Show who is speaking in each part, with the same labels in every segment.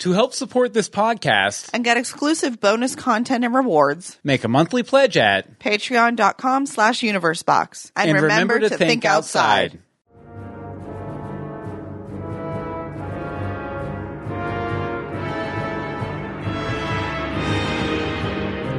Speaker 1: To help support this podcast,
Speaker 2: and get exclusive bonus content and rewards.
Speaker 1: make a monthly pledge at
Speaker 2: Patreon.com slash universebox. And, remember, to, think, outside.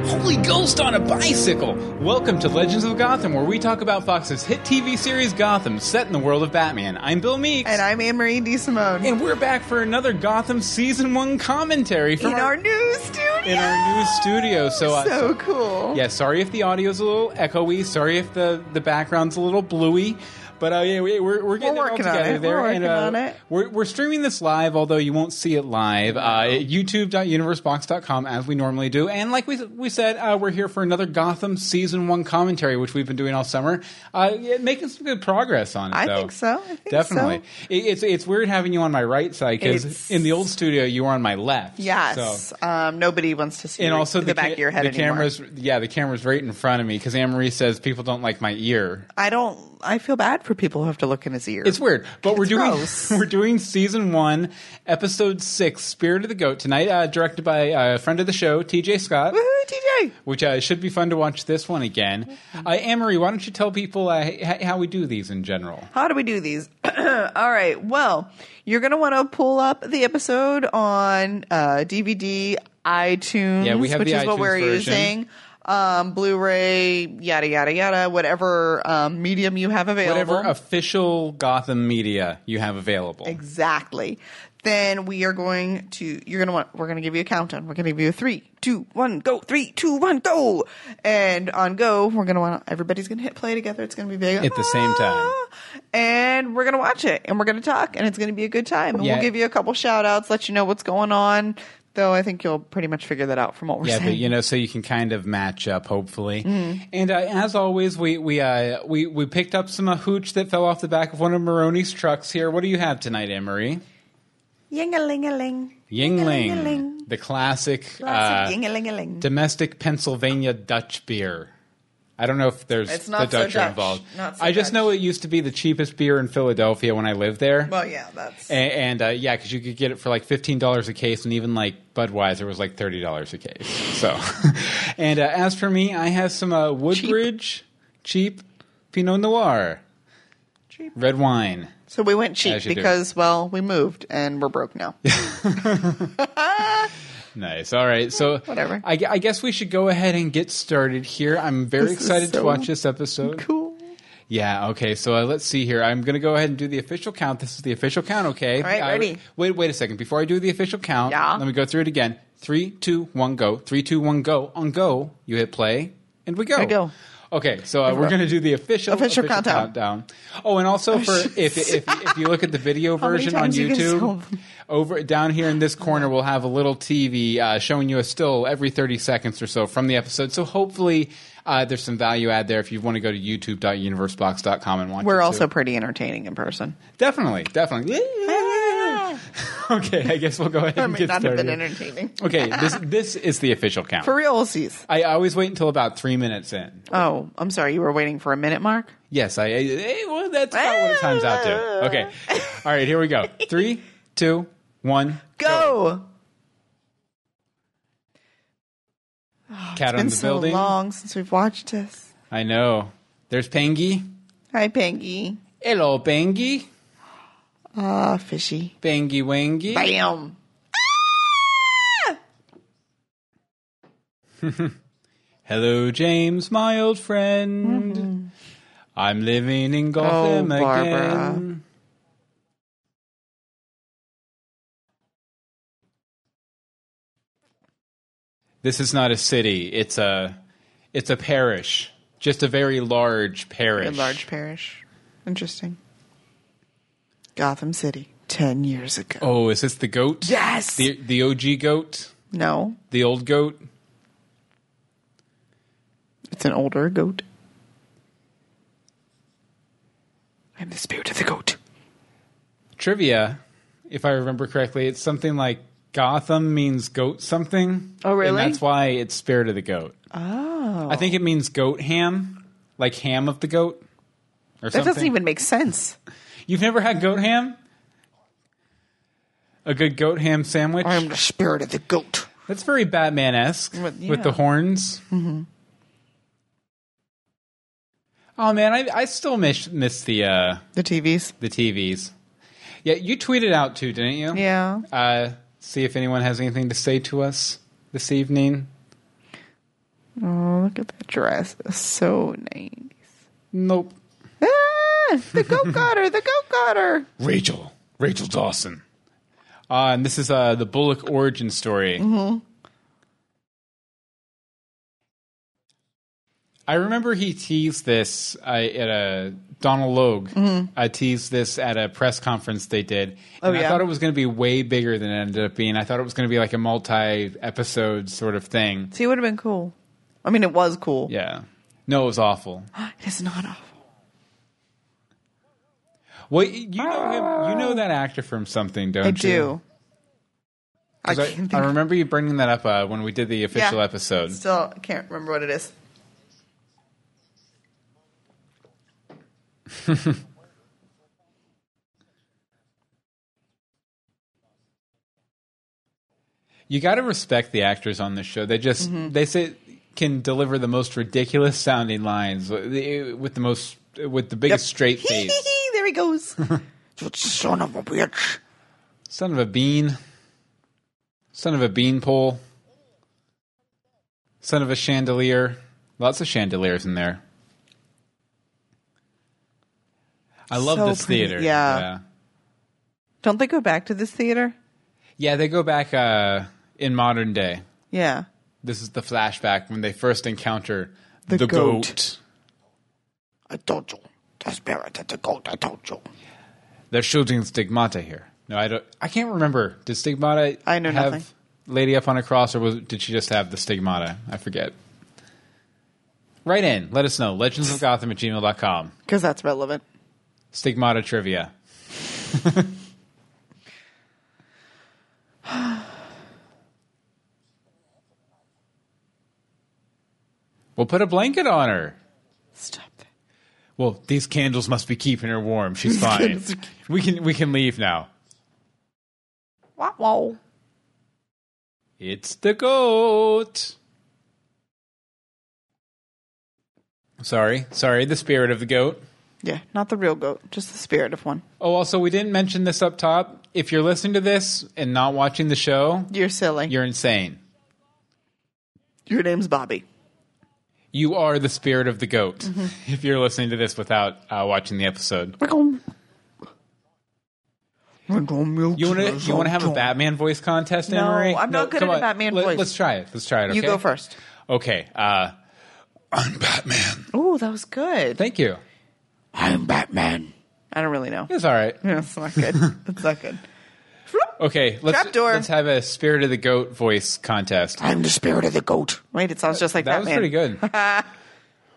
Speaker 1: Holy Ghost on a Bicycle! Welcome to Legends of Gotham, where we talk about Fox's hit TV series Gotham, set in the world of Batman. I'm Bill Meeks,
Speaker 2: And I'm Anne Marie DeSimone.
Speaker 1: and we're back for another Gotham Season 1 commentary
Speaker 2: In
Speaker 1: from
Speaker 2: our new studio.
Speaker 1: in our new studio. So, uh,
Speaker 2: So cool.
Speaker 1: Yeah, sorry if the audio's a little echoey. Sorry if the, the background's a little bluey. But uh, yeah, we, we're, we're getting
Speaker 2: We're
Speaker 1: it all
Speaker 2: working on
Speaker 1: together
Speaker 2: it.
Speaker 1: there.
Speaker 2: We're
Speaker 1: and,
Speaker 2: working
Speaker 1: uh,
Speaker 2: on it.
Speaker 1: We're, we're streaming this live, although you won't see it live. Uh, at YouTube.universebox.com, as we normally do. And like we, we said, uh, we're here for another Gotham Season 1 commentary, which we've been doing all summer. Uh, yeah, making some good progress on it,
Speaker 2: I
Speaker 1: though.
Speaker 2: think so. I think
Speaker 1: Definitely.
Speaker 2: so.
Speaker 1: It, it's, it's weird having you on my right side
Speaker 2: It's-
Speaker 1: because in the old studio, you were on my left.
Speaker 2: Yes.
Speaker 1: So
Speaker 2: Um, nobody wants to see
Speaker 1: and
Speaker 2: your-
Speaker 1: also
Speaker 2: the,
Speaker 1: the,
Speaker 2: back
Speaker 1: ca-
Speaker 2: of your head
Speaker 1: the
Speaker 2: anymore.
Speaker 1: cameras yeah the camera's right in front of me because anne-marie says people don't like my ear
Speaker 2: I don't, I feel bad for people who have to look in his ear.
Speaker 1: it's weird but we're
Speaker 2: It's
Speaker 1: doing
Speaker 2: gross.
Speaker 1: we're doing season one episode six spirit of the goat tonight uh, directed by uh, a friend of the show tj scott
Speaker 2: Woohoo, TJ.
Speaker 1: which uh, should be fun to watch this one again uh, anne-marie why don't you tell people uh, h- how we do these in general
Speaker 2: How do we do these? All right. Well, you're going to want to pull up the episode on uh, DVD, iTunes,
Speaker 1: Yeah, we have
Speaker 2: which
Speaker 1: the
Speaker 2: is what
Speaker 1: iTunes
Speaker 2: we're
Speaker 1: version.
Speaker 2: using, um, Blu ray, yada, yada, yada, whatever um, medium you have available.
Speaker 1: whatever official gotham media you have available
Speaker 2: exactly. Then we are going to, you're going to want, we're going to give you a countdown. We're going to give you a three, two, one, go, three, two, one, go. And on go, we're going to want, everybody's going to hit play together. It's going to be big. Ah.
Speaker 1: At the same time.
Speaker 2: and we're gonna watch it and we're gonna talk and it's gonna be a good time and
Speaker 1: Yeah.
Speaker 2: we'll give you a couple shout outs let you know what's going on though i think you'll pretty much figure that out from what we're
Speaker 1: Yeah,
Speaker 2: saying
Speaker 1: but you know, so you can kind of match up, hopefully.
Speaker 2: Mm-hmm.
Speaker 1: And uh, as always, we we uh, we we picked up some uh, hooch that fell off the back of one of Maroney's trucks here. What do you have tonight, Emery?
Speaker 2: ying-a-ling-a-ling
Speaker 1: Yingling,
Speaker 2: Yingling.
Speaker 1: the classic,
Speaker 2: Lots of
Speaker 1: uh,
Speaker 2: ying-a-ling-a-ling
Speaker 1: domestic Pennsylvania Dutch beer. I don't know if there's
Speaker 2: It's
Speaker 1: the
Speaker 2: not so
Speaker 1: Dutch, are
Speaker 2: Dutch.
Speaker 1: involved.
Speaker 2: Not so
Speaker 1: I just
Speaker 2: Dutch.
Speaker 1: know it used to be the cheapest beer in Philadelphia when I lived there.
Speaker 2: well yeah that's
Speaker 1: A- and, uh, yeah, because you could get it for like fifteen dollars a case, and even like Budweiser was like thirty dollars a case. So, and uh, as for me, I have some uh, Woodbridge cheap. Pinot Noir
Speaker 2: cheap
Speaker 1: red wine.
Speaker 2: so we went cheap
Speaker 1: As you do.
Speaker 2: because well we moved and we're broke now
Speaker 1: Nice. All right. So
Speaker 2: Eh, Whatever.
Speaker 1: I, gu- I guess we should go ahead and get started here. I'm very
Speaker 2: This is
Speaker 1: excited to
Speaker 2: so
Speaker 1: watch this episode.
Speaker 2: cool
Speaker 1: Yeah. Okay. So uh, let's see here. I'm going to go ahead and do the official count. This is the official count. Okay. All
Speaker 2: right, ready.
Speaker 1: Wait. Wait a second. Before I do the official count,
Speaker 2: Yeah.
Speaker 1: let me go through it again. Three, two, one, go. Three, two, one, go. On go, you hit play, and we go.
Speaker 2: I go.
Speaker 1: Okay, so uh, we're going to do the official
Speaker 2: Official countdown.
Speaker 1: Oh, and also for if, if if you look at the video
Speaker 2: How many
Speaker 1: version on
Speaker 2: times you can
Speaker 1: YouTube,
Speaker 2: solve them?
Speaker 1: over down here in this corner, we'll have a little TV uh, showing you a still every 30 seconds or so from the episode. So hopefully, uh, there's some value add there if you want to go to youtube.universebox.com and watch. it,
Speaker 2: we're
Speaker 1: too.
Speaker 2: also pretty entertaining in person
Speaker 1: definitely, definitely. okay, I guess we'll go ahead
Speaker 2: i
Speaker 1: and
Speaker 2: may
Speaker 1: get
Speaker 2: Ah! not have
Speaker 1: started.
Speaker 2: been entertaining
Speaker 1: okay, this this is the official count.
Speaker 2: for realsies
Speaker 1: I always wait until about three minutes in.
Speaker 2: oh i'm sorry you were waiting for a minute mark
Speaker 1: Yes, I. I eh, well, that's about what it times out
Speaker 2: Ah!
Speaker 1: to. Okay, all right, here we go. Three, two, one.
Speaker 2: go
Speaker 1: Cat on
Speaker 2: Oh, been
Speaker 1: the
Speaker 2: so
Speaker 1: building.
Speaker 2: long since we've watched this.
Speaker 1: I know. There's Pengi.
Speaker 2: Hi, Pangy.
Speaker 1: Hello, Bengi.
Speaker 2: Ah, fishy.
Speaker 1: Bengi Wengi.
Speaker 2: Bam.
Speaker 1: Hello, James, my old friend. I'm living in Gotham
Speaker 2: Mm-hmm. Oh, Barbara.
Speaker 1: again. This is not a city. It's a it's a parish. Just a very large
Speaker 2: A
Speaker 1: parish.
Speaker 2: large parish. Interesting. Gotham City, 10 years ago.
Speaker 1: Oh, is this the goat?
Speaker 2: Yes!
Speaker 1: The the OG goat?
Speaker 2: no,
Speaker 1: The old goat?
Speaker 2: it's an older goat. I'm the spirit of the goat.
Speaker 1: trivia, if I remember correctly, it's something like Gotham means goat something.
Speaker 2: Oh, really?
Speaker 1: And that's why it's Spirit of the Goat.
Speaker 2: Oh.
Speaker 1: I think it means goat ham, like ham of the goat, or
Speaker 2: That
Speaker 1: something.
Speaker 2: doesn't even make sense.
Speaker 1: You've never had goat ham? a good goat ham sandwich.
Speaker 2: I am the spirit of the goat.
Speaker 1: That's very Batman esque
Speaker 2: But,
Speaker 1: with the
Speaker 2: yeah.
Speaker 1: horns. Mm-hmm. Oh man, I, I still miss miss the uh,
Speaker 2: The TVs.
Speaker 1: the TVs. Yeah, you tweeted out too, didn't you?
Speaker 2: Yeah.
Speaker 1: Uh, see if anyone has anything to say to us this evening.
Speaker 2: Oh, look at that dress. It's so nice.
Speaker 1: Nope.
Speaker 2: Ah, the goat got her. The goat got her.
Speaker 1: Rachel. Rachel Dawson. Uh, and this is uh, the Bullock origin story.
Speaker 2: Mm-hmm.
Speaker 1: I remember he teased this uh, at a Donald Logue. uh, teased this at a press conference they did. And
Speaker 2: Mm-hmm. Oh,
Speaker 1: I
Speaker 2: yeah.
Speaker 1: thought it was going to be way bigger than it ended up being. I thought it was going to be like a multi-episode sort of thing.
Speaker 2: See, it would have been cool. I mean, it was cool.
Speaker 1: Yeah. No, it was awful.
Speaker 2: It's not awful.
Speaker 1: Well, you know him. You know that actor from something, don't
Speaker 2: Ah. I
Speaker 1: you?
Speaker 2: do. I
Speaker 1: 'Cause
Speaker 2: can't
Speaker 1: I,
Speaker 2: think.
Speaker 1: I remember you bringing that up uh, when we did the official
Speaker 2: Yeah.
Speaker 1: episode.
Speaker 2: Still can't remember what it is.
Speaker 1: You got to respect the actors on this show. They just
Speaker 2: Mm-hmm.
Speaker 1: they say can deliver the most ridiculous sounding lines with with the most with the biggest straight face.
Speaker 2: there he goes. Son of a bitch.
Speaker 1: Son of a bean. Son of a beanpole. Son of a chandelier. Lots of chandeliers in there. I love
Speaker 2: So
Speaker 1: this
Speaker 2: pretty.
Speaker 1: theater.
Speaker 2: Yeah.
Speaker 1: yeah.
Speaker 2: Don't they go back to this theater?
Speaker 1: Yeah, they go back uh, in modern day.
Speaker 2: Yeah.
Speaker 1: This is the flashback when they first encounter the,
Speaker 2: The
Speaker 1: goat.
Speaker 2: goat. I told you. The spirit of the goat, I told you.
Speaker 1: They're shooting stigmata here. No, I don't. I can't remember. Did stigmata?
Speaker 2: I know
Speaker 1: have
Speaker 2: nothing.
Speaker 1: Lady up on a cross, or was, did she just have the stigmata? I forget. Write in. Let us know. Legends of Gotham at gmail.com.
Speaker 2: Because that's relevant.
Speaker 1: Stigmata trivia. we'll put a blanket on her.
Speaker 2: Stop that.
Speaker 1: Well, these candles must be keeping her warm. She's fine. we can we can leave now.
Speaker 2: Wow, wow.
Speaker 1: It's the goat. Sorry, sorry, the spirit of the goat.
Speaker 2: Yeah, not the real goat, just the spirit of one.
Speaker 1: Oh, also, we didn't mention this up top. If you're listening to this and not watching the show,
Speaker 2: You're silly.
Speaker 1: you're insane.
Speaker 2: Your name's Bobby.
Speaker 1: You are the spirit of the goat
Speaker 2: Mm-hmm.
Speaker 1: if you're listening to this without uh, watching the episode.
Speaker 2: We're going. We're going milk.
Speaker 1: You want to you want to have a Batman voice contest, Anne
Speaker 2: No,
Speaker 1: Marie?
Speaker 2: I'm not good
Speaker 1: come
Speaker 2: at a
Speaker 1: on.
Speaker 2: Batman
Speaker 1: Let,
Speaker 2: voice.
Speaker 1: Let's try it. Let's try it. Okay?
Speaker 2: You go first.
Speaker 1: Okay. Uh, I'm Batman.
Speaker 2: Oh, that was good.
Speaker 1: Thank you.
Speaker 2: I'm Batman. I don't really know.
Speaker 1: It's all right.
Speaker 2: That's not good. That's not good.
Speaker 1: Okay, let's
Speaker 2: Trapdoor.
Speaker 1: let's have a spirit of the goat voice contest.
Speaker 2: I'm the spirit of the goat. Wait, it sounds just like
Speaker 1: That was
Speaker 2: Batman.
Speaker 1: pretty good.
Speaker 3: I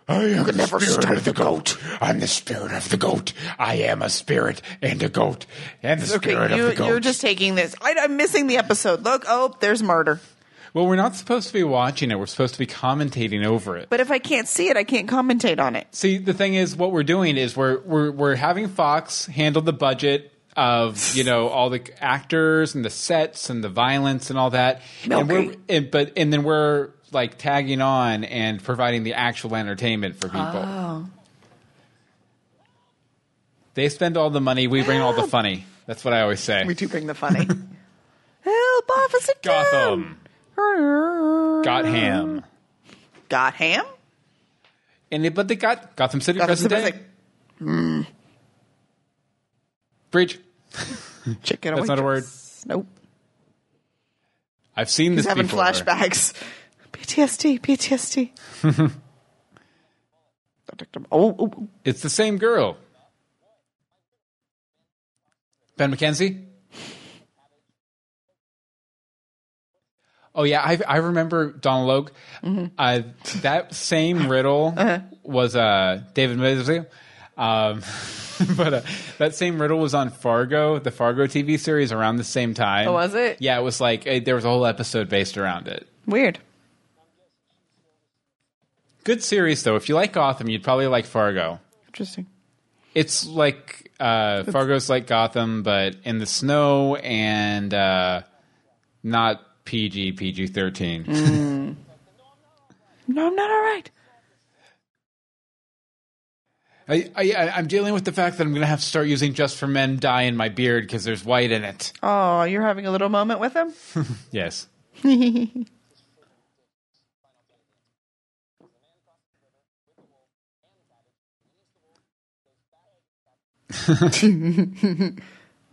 Speaker 3: am the spirit of the goat. I'm the spirit of the goat. I am a spirit and a goat. And the spirit
Speaker 2: Okay,
Speaker 3: of the
Speaker 2: you,
Speaker 3: goat.
Speaker 2: you're just taking this. I, I'm missing the episode. Look, oh, there's murder.
Speaker 1: Well, we're not supposed to be watching it. We're supposed to be commentating over it.
Speaker 2: But if I can't see it, I can't commentate on it.
Speaker 1: See, the thing is, what we're doing is we're we're we're having Fox handle the budget of you know all the actors and the sets and the violence and all that, and
Speaker 2: Milky.
Speaker 1: we're and, but and then we're like tagging on and providing the actual entertainment for people.
Speaker 2: Oh.
Speaker 1: They spend all the money, we bring all the funny. That's what I always say.
Speaker 2: We do bring the funny. Help, Officer Down.
Speaker 1: Gotham got
Speaker 2: Got
Speaker 1: ham.
Speaker 2: Got ham?
Speaker 1: And they, but they got Gotham City
Speaker 2: Gotham mm.
Speaker 1: present
Speaker 2: City
Speaker 1: day. Bridge.
Speaker 2: Chicken
Speaker 1: That's not a word.
Speaker 2: waitress. Nope.
Speaker 1: I've seen
Speaker 2: He's
Speaker 1: this
Speaker 2: having
Speaker 1: before.
Speaker 2: flashbacks. PTSD, PTSD. oh, oh, oh.
Speaker 1: It's the same girl. Ben McKenzie. Oh yeah, I I remember Donald Logue.
Speaker 2: Mm-hmm.
Speaker 1: Uh, that same riddle
Speaker 2: Uh-huh.
Speaker 1: was uh, David Mizzou. Um, but uh, that same riddle was on Fargo, the Fargo TV series, around the same time.
Speaker 2: Oh, was it?
Speaker 1: Yeah, it was like eh, there was a whole episode based around it.
Speaker 2: weird.
Speaker 1: Good series though. If you like Gotham, you'd probably like Fargo.
Speaker 2: Interesting.
Speaker 1: It's like uh, Fargo's like Gotham, but in the snow and uh, not PG PG thirteen.
Speaker 2: No, I'm not all right.
Speaker 1: I, I I- I'm dealing with the fact that I'm gonna have to start using Just for Men dye in my beard because there's white in it.
Speaker 2: Oh, you're having a little moment with him?
Speaker 1: Yes.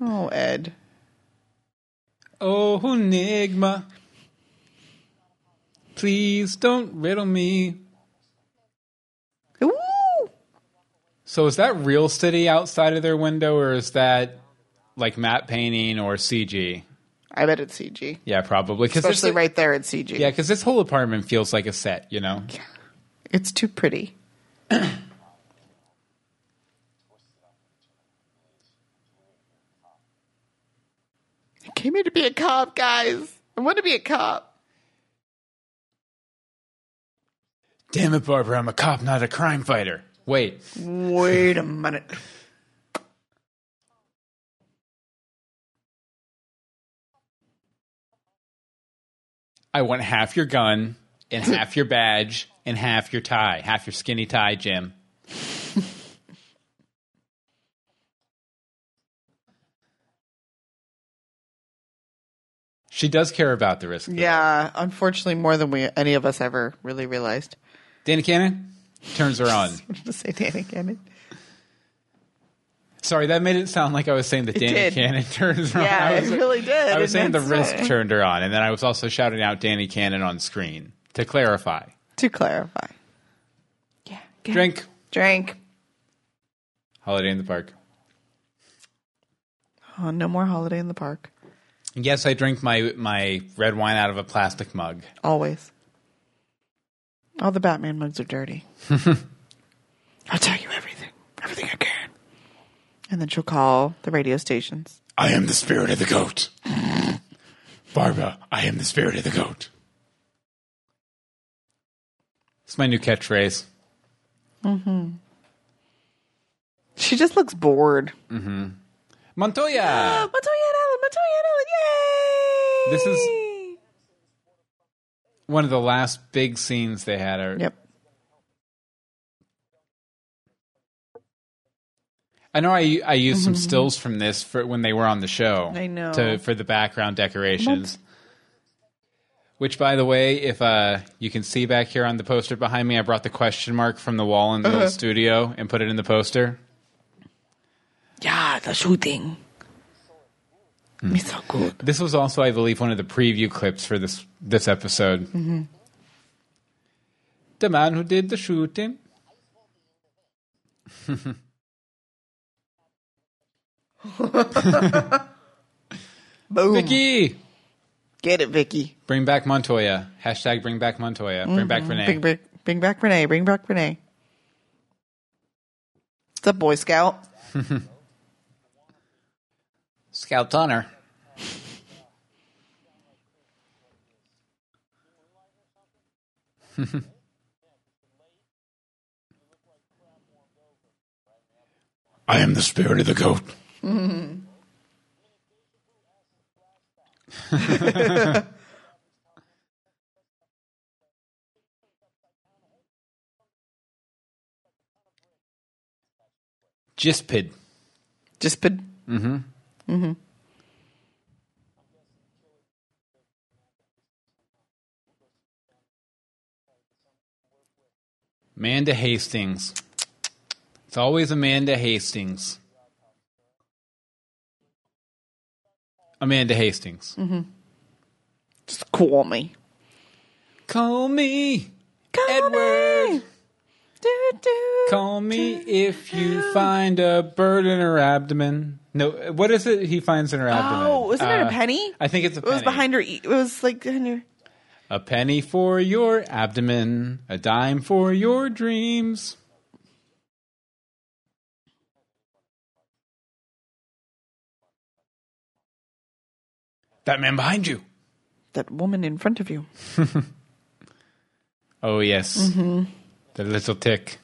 Speaker 2: Oh, Ed.
Speaker 1: Oh, Enigma. Please don't riddle me.
Speaker 2: Ooh!
Speaker 1: So is that real city outside of their window, or is that like map painting or CG?
Speaker 2: I bet it's CG.
Speaker 1: Yeah, probably. Cause this-
Speaker 2: Especially right there in CG.
Speaker 1: Yeah, because this whole apartment feels like a set, you know?
Speaker 2: It's too pretty. I came here to be a cop, guys. I want to be a cop.
Speaker 1: Damn it, Barbara, I'm a cop, not a crime fighter. Wait.
Speaker 2: Wait a minute.
Speaker 1: I want half your gun and half your badge and half your tie, half your skinny tie, Jim. she does care about the risk. though.
Speaker 2: Yeah, unfortunately, more than we any of us ever really realized.
Speaker 1: Danny Cannon turns her on.
Speaker 2: What did I say, Danny Cannon?
Speaker 1: Sorry, that made it sound like I was saying that Danny
Speaker 2: did.
Speaker 1: Cannon turns her on.
Speaker 2: Yeah,
Speaker 1: I
Speaker 2: it
Speaker 1: was,
Speaker 2: really did,
Speaker 1: I was saying
Speaker 2: and
Speaker 1: the
Speaker 2: that's
Speaker 1: risk
Speaker 2: why.
Speaker 1: turned her on, and then I was also shouting out Danny Cannon on screen to clarify.
Speaker 2: To clarify. Yeah. get-
Speaker 1: Drink.
Speaker 2: Drink.
Speaker 1: Holiday in the Park.
Speaker 2: Oh, no more holiday in the park.
Speaker 1: Yes, I drink my my red wine out of a plastic mug.
Speaker 2: Always. All the Batman mugs are dirty. I'll tell you everything. Everything I can. And then she'll call the radio stations.
Speaker 3: I am the spirit of the goat. Barbara, I am the spirit of the goat.
Speaker 1: It's my new catchphrase.
Speaker 2: She just looks bored.
Speaker 1: Montoya.
Speaker 2: Matoya and Ellen, Matoya and Ellen, yay!
Speaker 1: This is- One of the last big scenes they had. Are,
Speaker 2: Yep.
Speaker 1: I know. I I used some stills from this for when they were on the show.
Speaker 2: Mm-hmm. I know.
Speaker 1: to for the background decorations. Which, by the way, if uh, you can see back here on the poster behind me, I brought the question mark from the wall
Speaker 2: Uh-huh.
Speaker 1: in the old studio and put it in the poster.
Speaker 2: Yeah, the shooting.
Speaker 1: Hmm.
Speaker 2: It's so good.
Speaker 1: This was also, I believe, one of the preview clips for this this episode. The man who did the shooting.
Speaker 2: Boom.
Speaker 1: Vicky,
Speaker 2: Get it, Vicky.
Speaker 1: bring back Montoya. Hashtag bring back Montoya. Bring back Renee.
Speaker 2: Bring, bring, bring back Renee. Bring back Renee. It's a Boy Scout.
Speaker 1: Scout Donner.
Speaker 3: I am the spirit of the goat.
Speaker 1: Jispid.
Speaker 2: Just been.
Speaker 1: Amanda Hastings. It's always Amanda Hastings. Amanda Hastings.
Speaker 2: Mm-hmm. Just call me.
Speaker 1: Call me
Speaker 2: Call
Speaker 1: Edward.
Speaker 2: me. Do, do.
Speaker 1: Call me if you find a bird in her abdomen. No, what is it he finds in her abdomen?
Speaker 2: Oh, wasn't it a
Speaker 1: Uh,
Speaker 2: penny?
Speaker 1: I think it's a
Speaker 2: It
Speaker 1: penny.
Speaker 2: was behind her. e- It was like behind her.
Speaker 1: A penny for your abdomen, a dime for your dreams. That man behind you.
Speaker 2: That woman in front of you.
Speaker 1: Oh, yes. The little tick.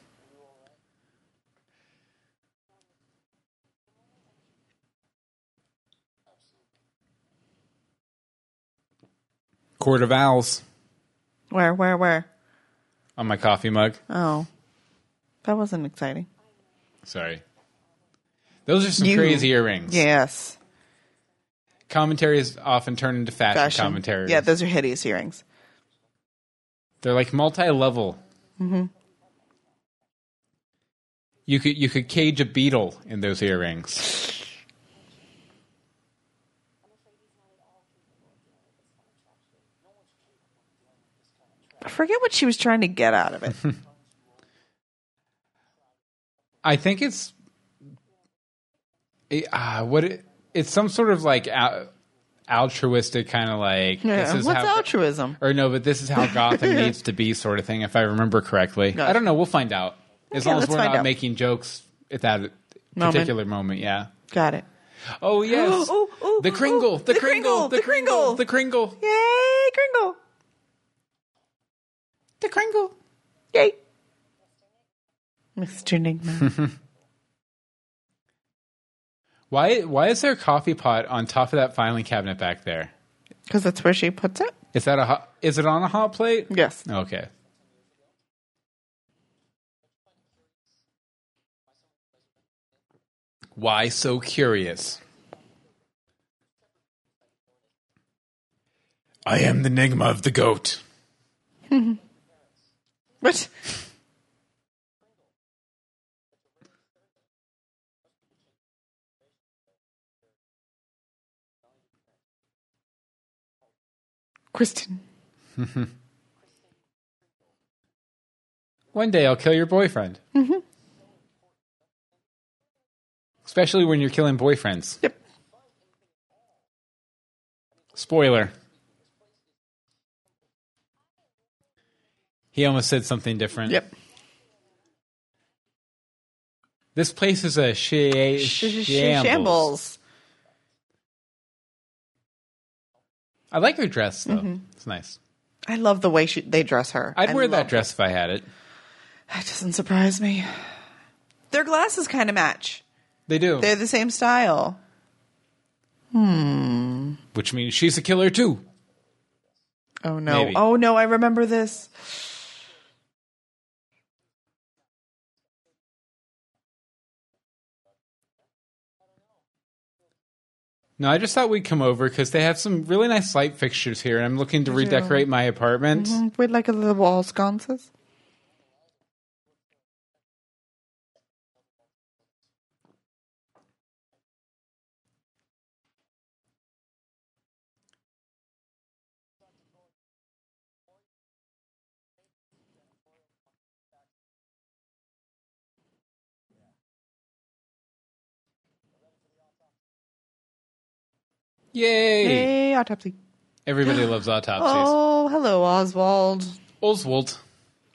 Speaker 1: Court of Owls
Speaker 2: Where, where, where?
Speaker 1: on my coffee mug.
Speaker 2: Oh. That wasn't exciting.
Speaker 1: Sorry. Those are some
Speaker 2: You-
Speaker 1: crazy earrings.
Speaker 2: Yes.
Speaker 1: Commentaries often turn into fashion, commentaries.
Speaker 2: Yeah, those are hideous earrings.
Speaker 1: They're like multi-level.
Speaker 2: Mm-hmm.
Speaker 1: You could you could cage a beetle in those earrings.
Speaker 2: I forget what she was trying to get out of it.
Speaker 1: I think it's it, uh, what it, it's some sort of like al- altruistic kind of like
Speaker 2: Yeah.
Speaker 1: this is
Speaker 2: What's
Speaker 1: how,
Speaker 2: altruism?
Speaker 1: or no, but this is how Gotham needs to be sort of thing. If I remember correctly,
Speaker 2: Gotcha.
Speaker 1: I don't know. We'll find out as
Speaker 2: Okay,
Speaker 1: long as
Speaker 2: let's
Speaker 1: we're
Speaker 2: find
Speaker 1: not
Speaker 2: out.
Speaker 1: making jokes at that
Speaker 2: Moment.
Speaker 1: particular moment. Yeah.
Speaker 2: Got it.
Speaker 1: Oh yes,
Speaker 2: Oh, oh,
Speaker 1: the
Speaker 2: oh,
Speaker 1: Kringle, the,
Speaker 2: the
Speaker 1: Kringle,
Speaker 2: Kringle,
Speaker 1: the
Speaker 2: the
Speaker 1: Kringle,
Speaker 2: Kringle.
Speaker 1: the Kringle,
Speaker 2: Yay, Kringle.
Speaker 1: the Kringle.
Speaker 2: Yay. Mr. Nigma.
Speaker 1: Why why is there a coffee pot on top of that filing cabinet back there?
Speaker 2: Because that's where she puts it?
Speaker 1: Is that a hot, is it on a hot plate?
Speaker 2: Yes.
Speaker 1: Okay. Why so curious? I am the enigma of the goat.
Speaker 2: What? Kristen.
Speaker 1: One day I'll kill your boyfriend. Especially when you're killing boyfriends.
Speaker 2: Yep.
Speaker 1: Spoiler. He almost said something different.
Speaker 2: Yep.
Speaker 1: This place is a sha- shambles.
Speaker 2: Shambles.
Speaker 1: I like her dress though. It's nice.
Speaker 2: I love the way she, they dress her.
Speaker 1: I'd
Speaker 2: I
Speaker 1: wear
Speaker 2: love
Speaker 1: that dress if Mm-hmm. I had it.
Speaker 2: it. That doesn't surprise me. Their glasses kind of match.
Speaker 1: They do.
Speaker 2: They're the same style.
Speaker 1: Which means she's a killer too.
Speaker 2: Oh no.
Speaker 1: Maybe.
Speaker 2: Oh no, I remember this.
Speaker 1: No, I just thought we'd come over because they have some really nice light fixtures here, and I'm looking to redecorate my apartment.
Speaker 2: Mm, We'd like a little wall sconces.
Speaker 1: Yay!
Speaker 2: Yay, autopsy.
Speaker 1: Everybody loves autopsies.
Speaker 2: Oh, hello, Oswald.
Speaker 1: Oswald.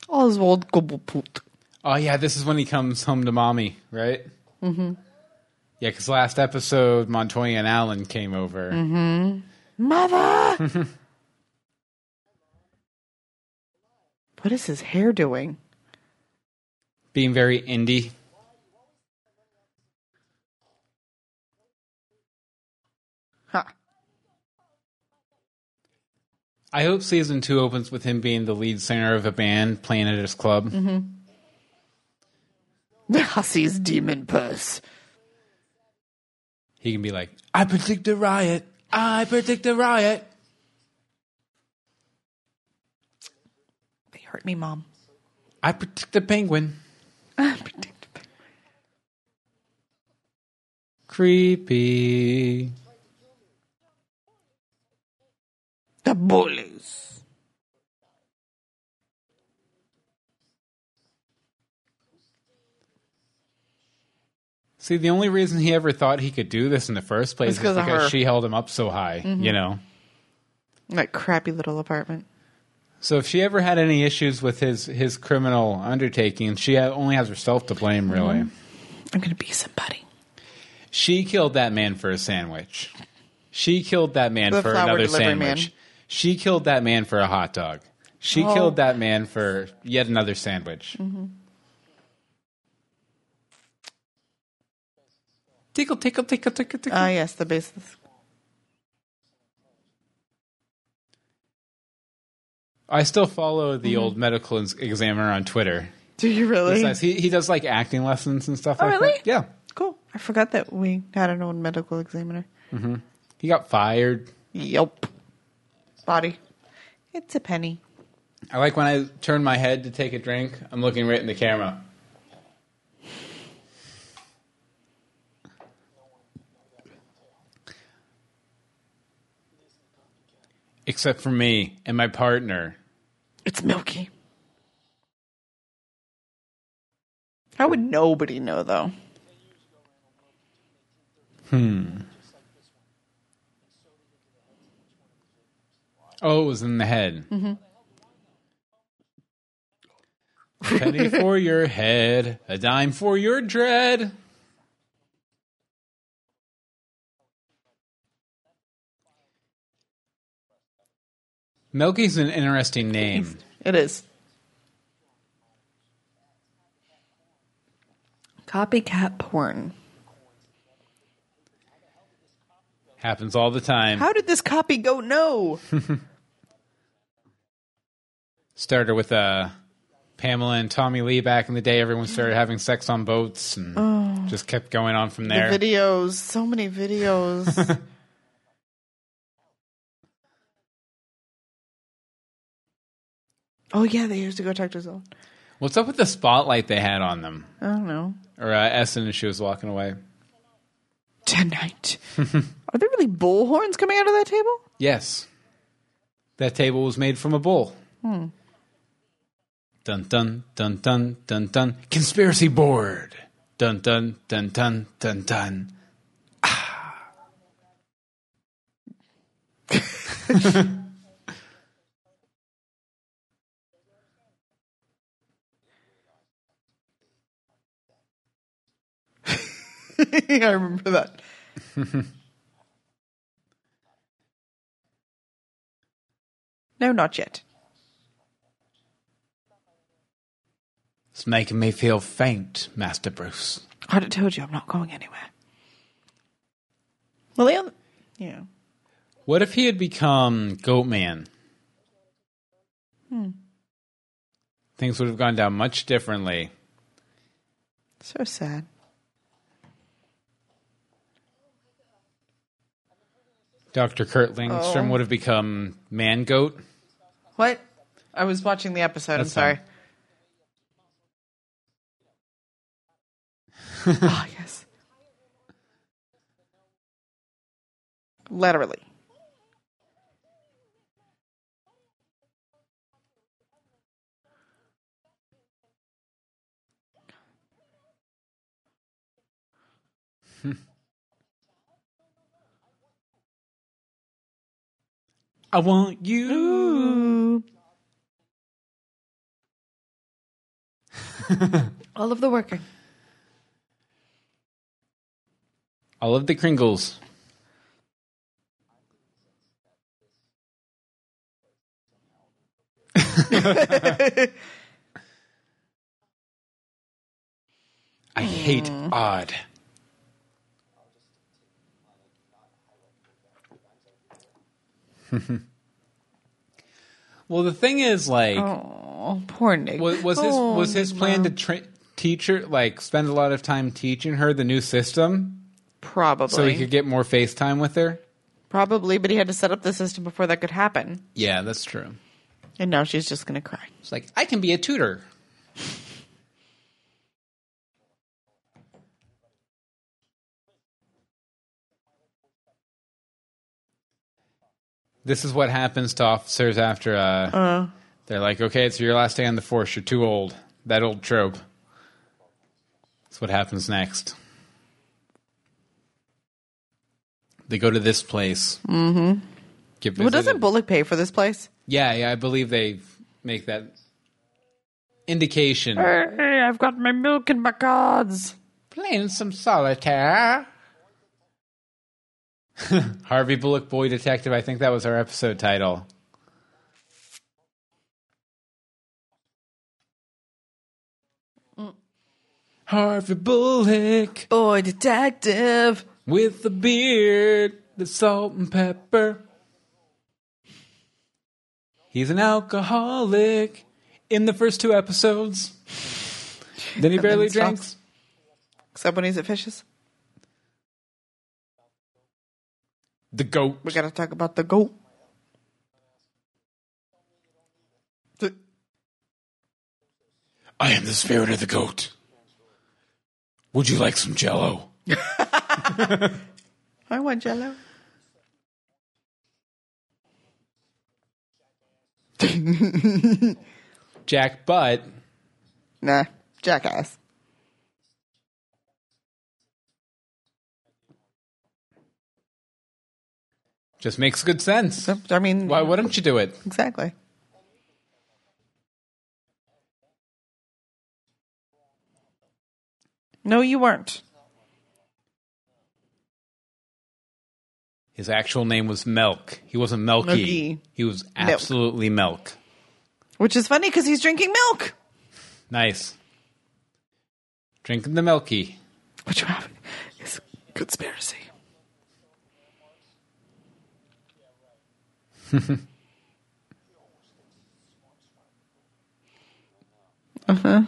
Speaker 2: Oswald Gobbleput.
Speaker 1: Oh yeah, this is when he comes home to mommy, right? Mm-hmm. Yeah, because last episode Montoya and Alan came over.
Speaker 2: Mother! what is his hair doing?
Speaker 1: being very indie.
Speaker 2: Ha.
Speaker 1: I hope season two opens with him being the lead singer of a band playing at his club.
Speaker 2: The hussey's demon purse.
Speaker 1: He can be like, "I predict a riot. I predict a riot."
Speaker 2: They hurt me, Mom.
Speaker 1: I predict a penguin.
Speaker 2: Predictable.
Speaker 1: Creepy.
Speaker 2: The bullies.
Speaker 1: See, the only reason he ever thought he could do this in the first place
Speaker 2: It's
Speaker 1: is
Speaker 2: 'cause of
Speaker 1: because
Speaker 2: her. Mm-hmm.
Speaker 1: she held him up so high. You know.
Speaker 2: That crappy little apartment.
Speaker 1: So if she ever had any issues with his his criminal undertaking, she ha- only has herself to blame, really.
Speaker 2: Mm-hmm. I'm going to be somebody.
Speaker 1: She killed that man for a sandwich. She killed that man
Speaker 2: The
Speaker 1: for
Speaker 2: flower
Speaker 1: another
Speaker 2: delivery
Speaker 1: sandwich.
Speaker 2: man.
Speaker 1: She killed that man for a hot dog. She
Speaker 2: Oh. Mm-hmm.
Speaker 1: killed that man for yet another sandwich. Tickle, tickle, tickle, tickle, tickle.
Speaker 2: Ah, yes, the basis.
Speaker 1: I still follow the old medical ins- examiner on Twitter.
Speaker 2: Do you Mm-hmm. really?
Speaker 1: Besides, He, he does like acting lessons and stuff
Speaker 2: Oh,
Speaker 1: like
Speaker 2: really?
Speaker 1: that. Yeah.
Speaker 2: Cool. I forgot that we had an own medical examiner.
Speaker 1: He got fired.
Speaker 2: Yep. Body. It's a penny.
Speaker 1: I like when I turn my head to take a drink, I'm looking right in the camera. Except for me and my partner.
Speaker 2: It's milky. How would nobody know though?
Speaker 1: Oh, it was in the head. Mm-hmm. Penny for your head, a dime for your dread. Milky's an interesting name.
Speaker 2: It is. Copycat porn.
Speaker 1: Happens all the time.
Speaker 2: How did this copy go no?
Speaker 1: Started with uh, Pamela and Tommy Lee back in the day. Everyone started having sex on boats and just kept going on from
Speaker 2: Oh. the
Speaker 1: there.
Speaker 2: videos, so many videos. oh yeah, they used to go talk to Zell.
Speaker 1: What's up with the spotlight they had on them?
Speaker 2: I don't know.
Speaker 1: Or uh, Essen as she was walking away.
Speaker 2: Tonight. Are there really bull horns coming out of that table?
Speaker 1: Yes. That table was made from a bull. Dun dun dun dun dun dun. Conspiracy board. Dun dun dun dun dun dun.
Speaker 2: I remember that. no, not yet.
Speaker 1: It's making me feel faint, Master Bruce.
Speaker 2: I would have told you I'm not going anywhere. Well, they on- yeah.
Speaker 1: What if he had become Goat Man? Things would have gone down much differently.
Speaker 2: So sad.
Speaker 1: Dr. Kurt Langstrom
Speaker 2: Oh.
Speaker 1: would have become Man Goat.
Speaker 2: What? I was watching the episode.
Speaker 1: That's
Speaker 2: I'm sorry. Ah, yes. Literally.
Speaker 1: I want you.
Speaker 2: All of the working.
Speaker 1: I love the Kringles. I hate
Speaker 2: Mm.
Speaker 1: odd. well, the thing is, like,
Speaker 2: Oh, poor Nick.
Speaker 1: was, was his
Speaker 2: Oh,
Speaker 1: was his
Speaker 2: Nick
Speaker 1: plan
Speaker 2: Mom.
Speaker 1: to tra- teach her, like, spend a lot of time teaching her the new system
Speaker 2: probably
Speaker 1: so he could get more FaceTime with her?
Speaker 2: probably, but he had to set up the system before that could happen,
Speaker 1: Yeah, that's true.
Speaker 2: and now she's just gonna cry.
Speaker 1: It's like I can be a tutor. This is what happens to officers after uh,
Speaker 2: Uh-huh.
Speaker 1: they're like, okay, it's your last day on the force. You're too old. That old trope. That's what happens next. They go to this place. Mm-hmm. Get
Speaker 2: Well,
Speaker 1: visited.
Speaker 2: doesn't Bullock pay for this place?
Speaker 1: Yeah, yeah, I believe they make that indication.
Speaker 2: Hey, I've got my milk and my cards.
Speaker 1: Playing some solitaire. Harvey Bullock Boy Detective, I think that was our episode title. Harvey Bullock
Speaker 2: Boy, detective.
Speaker 1: with the beard, the salt and pepper. He's an alcoholic in the first two episodes. Then he
Speaker 2: And then
Speaker 1: barely
Speaker 2: it stops.
Speaker 1: drinks.
Speaker 2: Except when he's at Fishes.
Speaker 1: The goat.
Speaker 2: We gotta talk about the goat. The-
Speaker 3: I am the spirit of the goat. Would you like some jello?
Speaker 2: I want jello.
Speaker 1: Jack Butt.
Speaker 2: Nah, jackass.
Speaker 1: Just makes good sense.
Speaker 2: So, I mean,
Speaker 1: Why wouldn't you do it?
Speaker 2: exactly. No, you weren't.
Speaker 1: His actual name was Milk. He wasn't Milky.
Speaker 2: Milky.
Speaker 1: He was absolutely milk.
Speaker 2: Which is funny because he's drinking milk.
Speaker 1: Nice. Drinking the Milky.
Speaker 2: What you have is conspiracy. uh huh.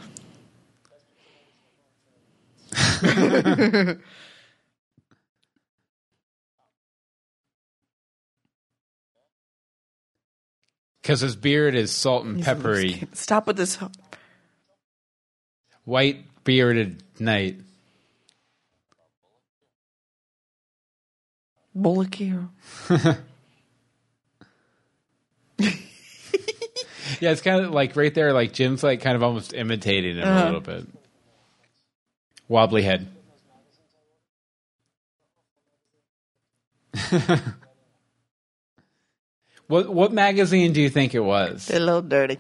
Speaker 1: Because his beard is salt and peppery.
Speaker 2: Stop with this.
Speaker 1: White bearded knight.
Speaker 2: Bullock here.
Speaker 1: Yeah, it's kind of like right there, like Jim's like kind of almost imitating him a little bit. Wobbly head. what what magazine do you think it was?
Speaker 2: They're a little dirty.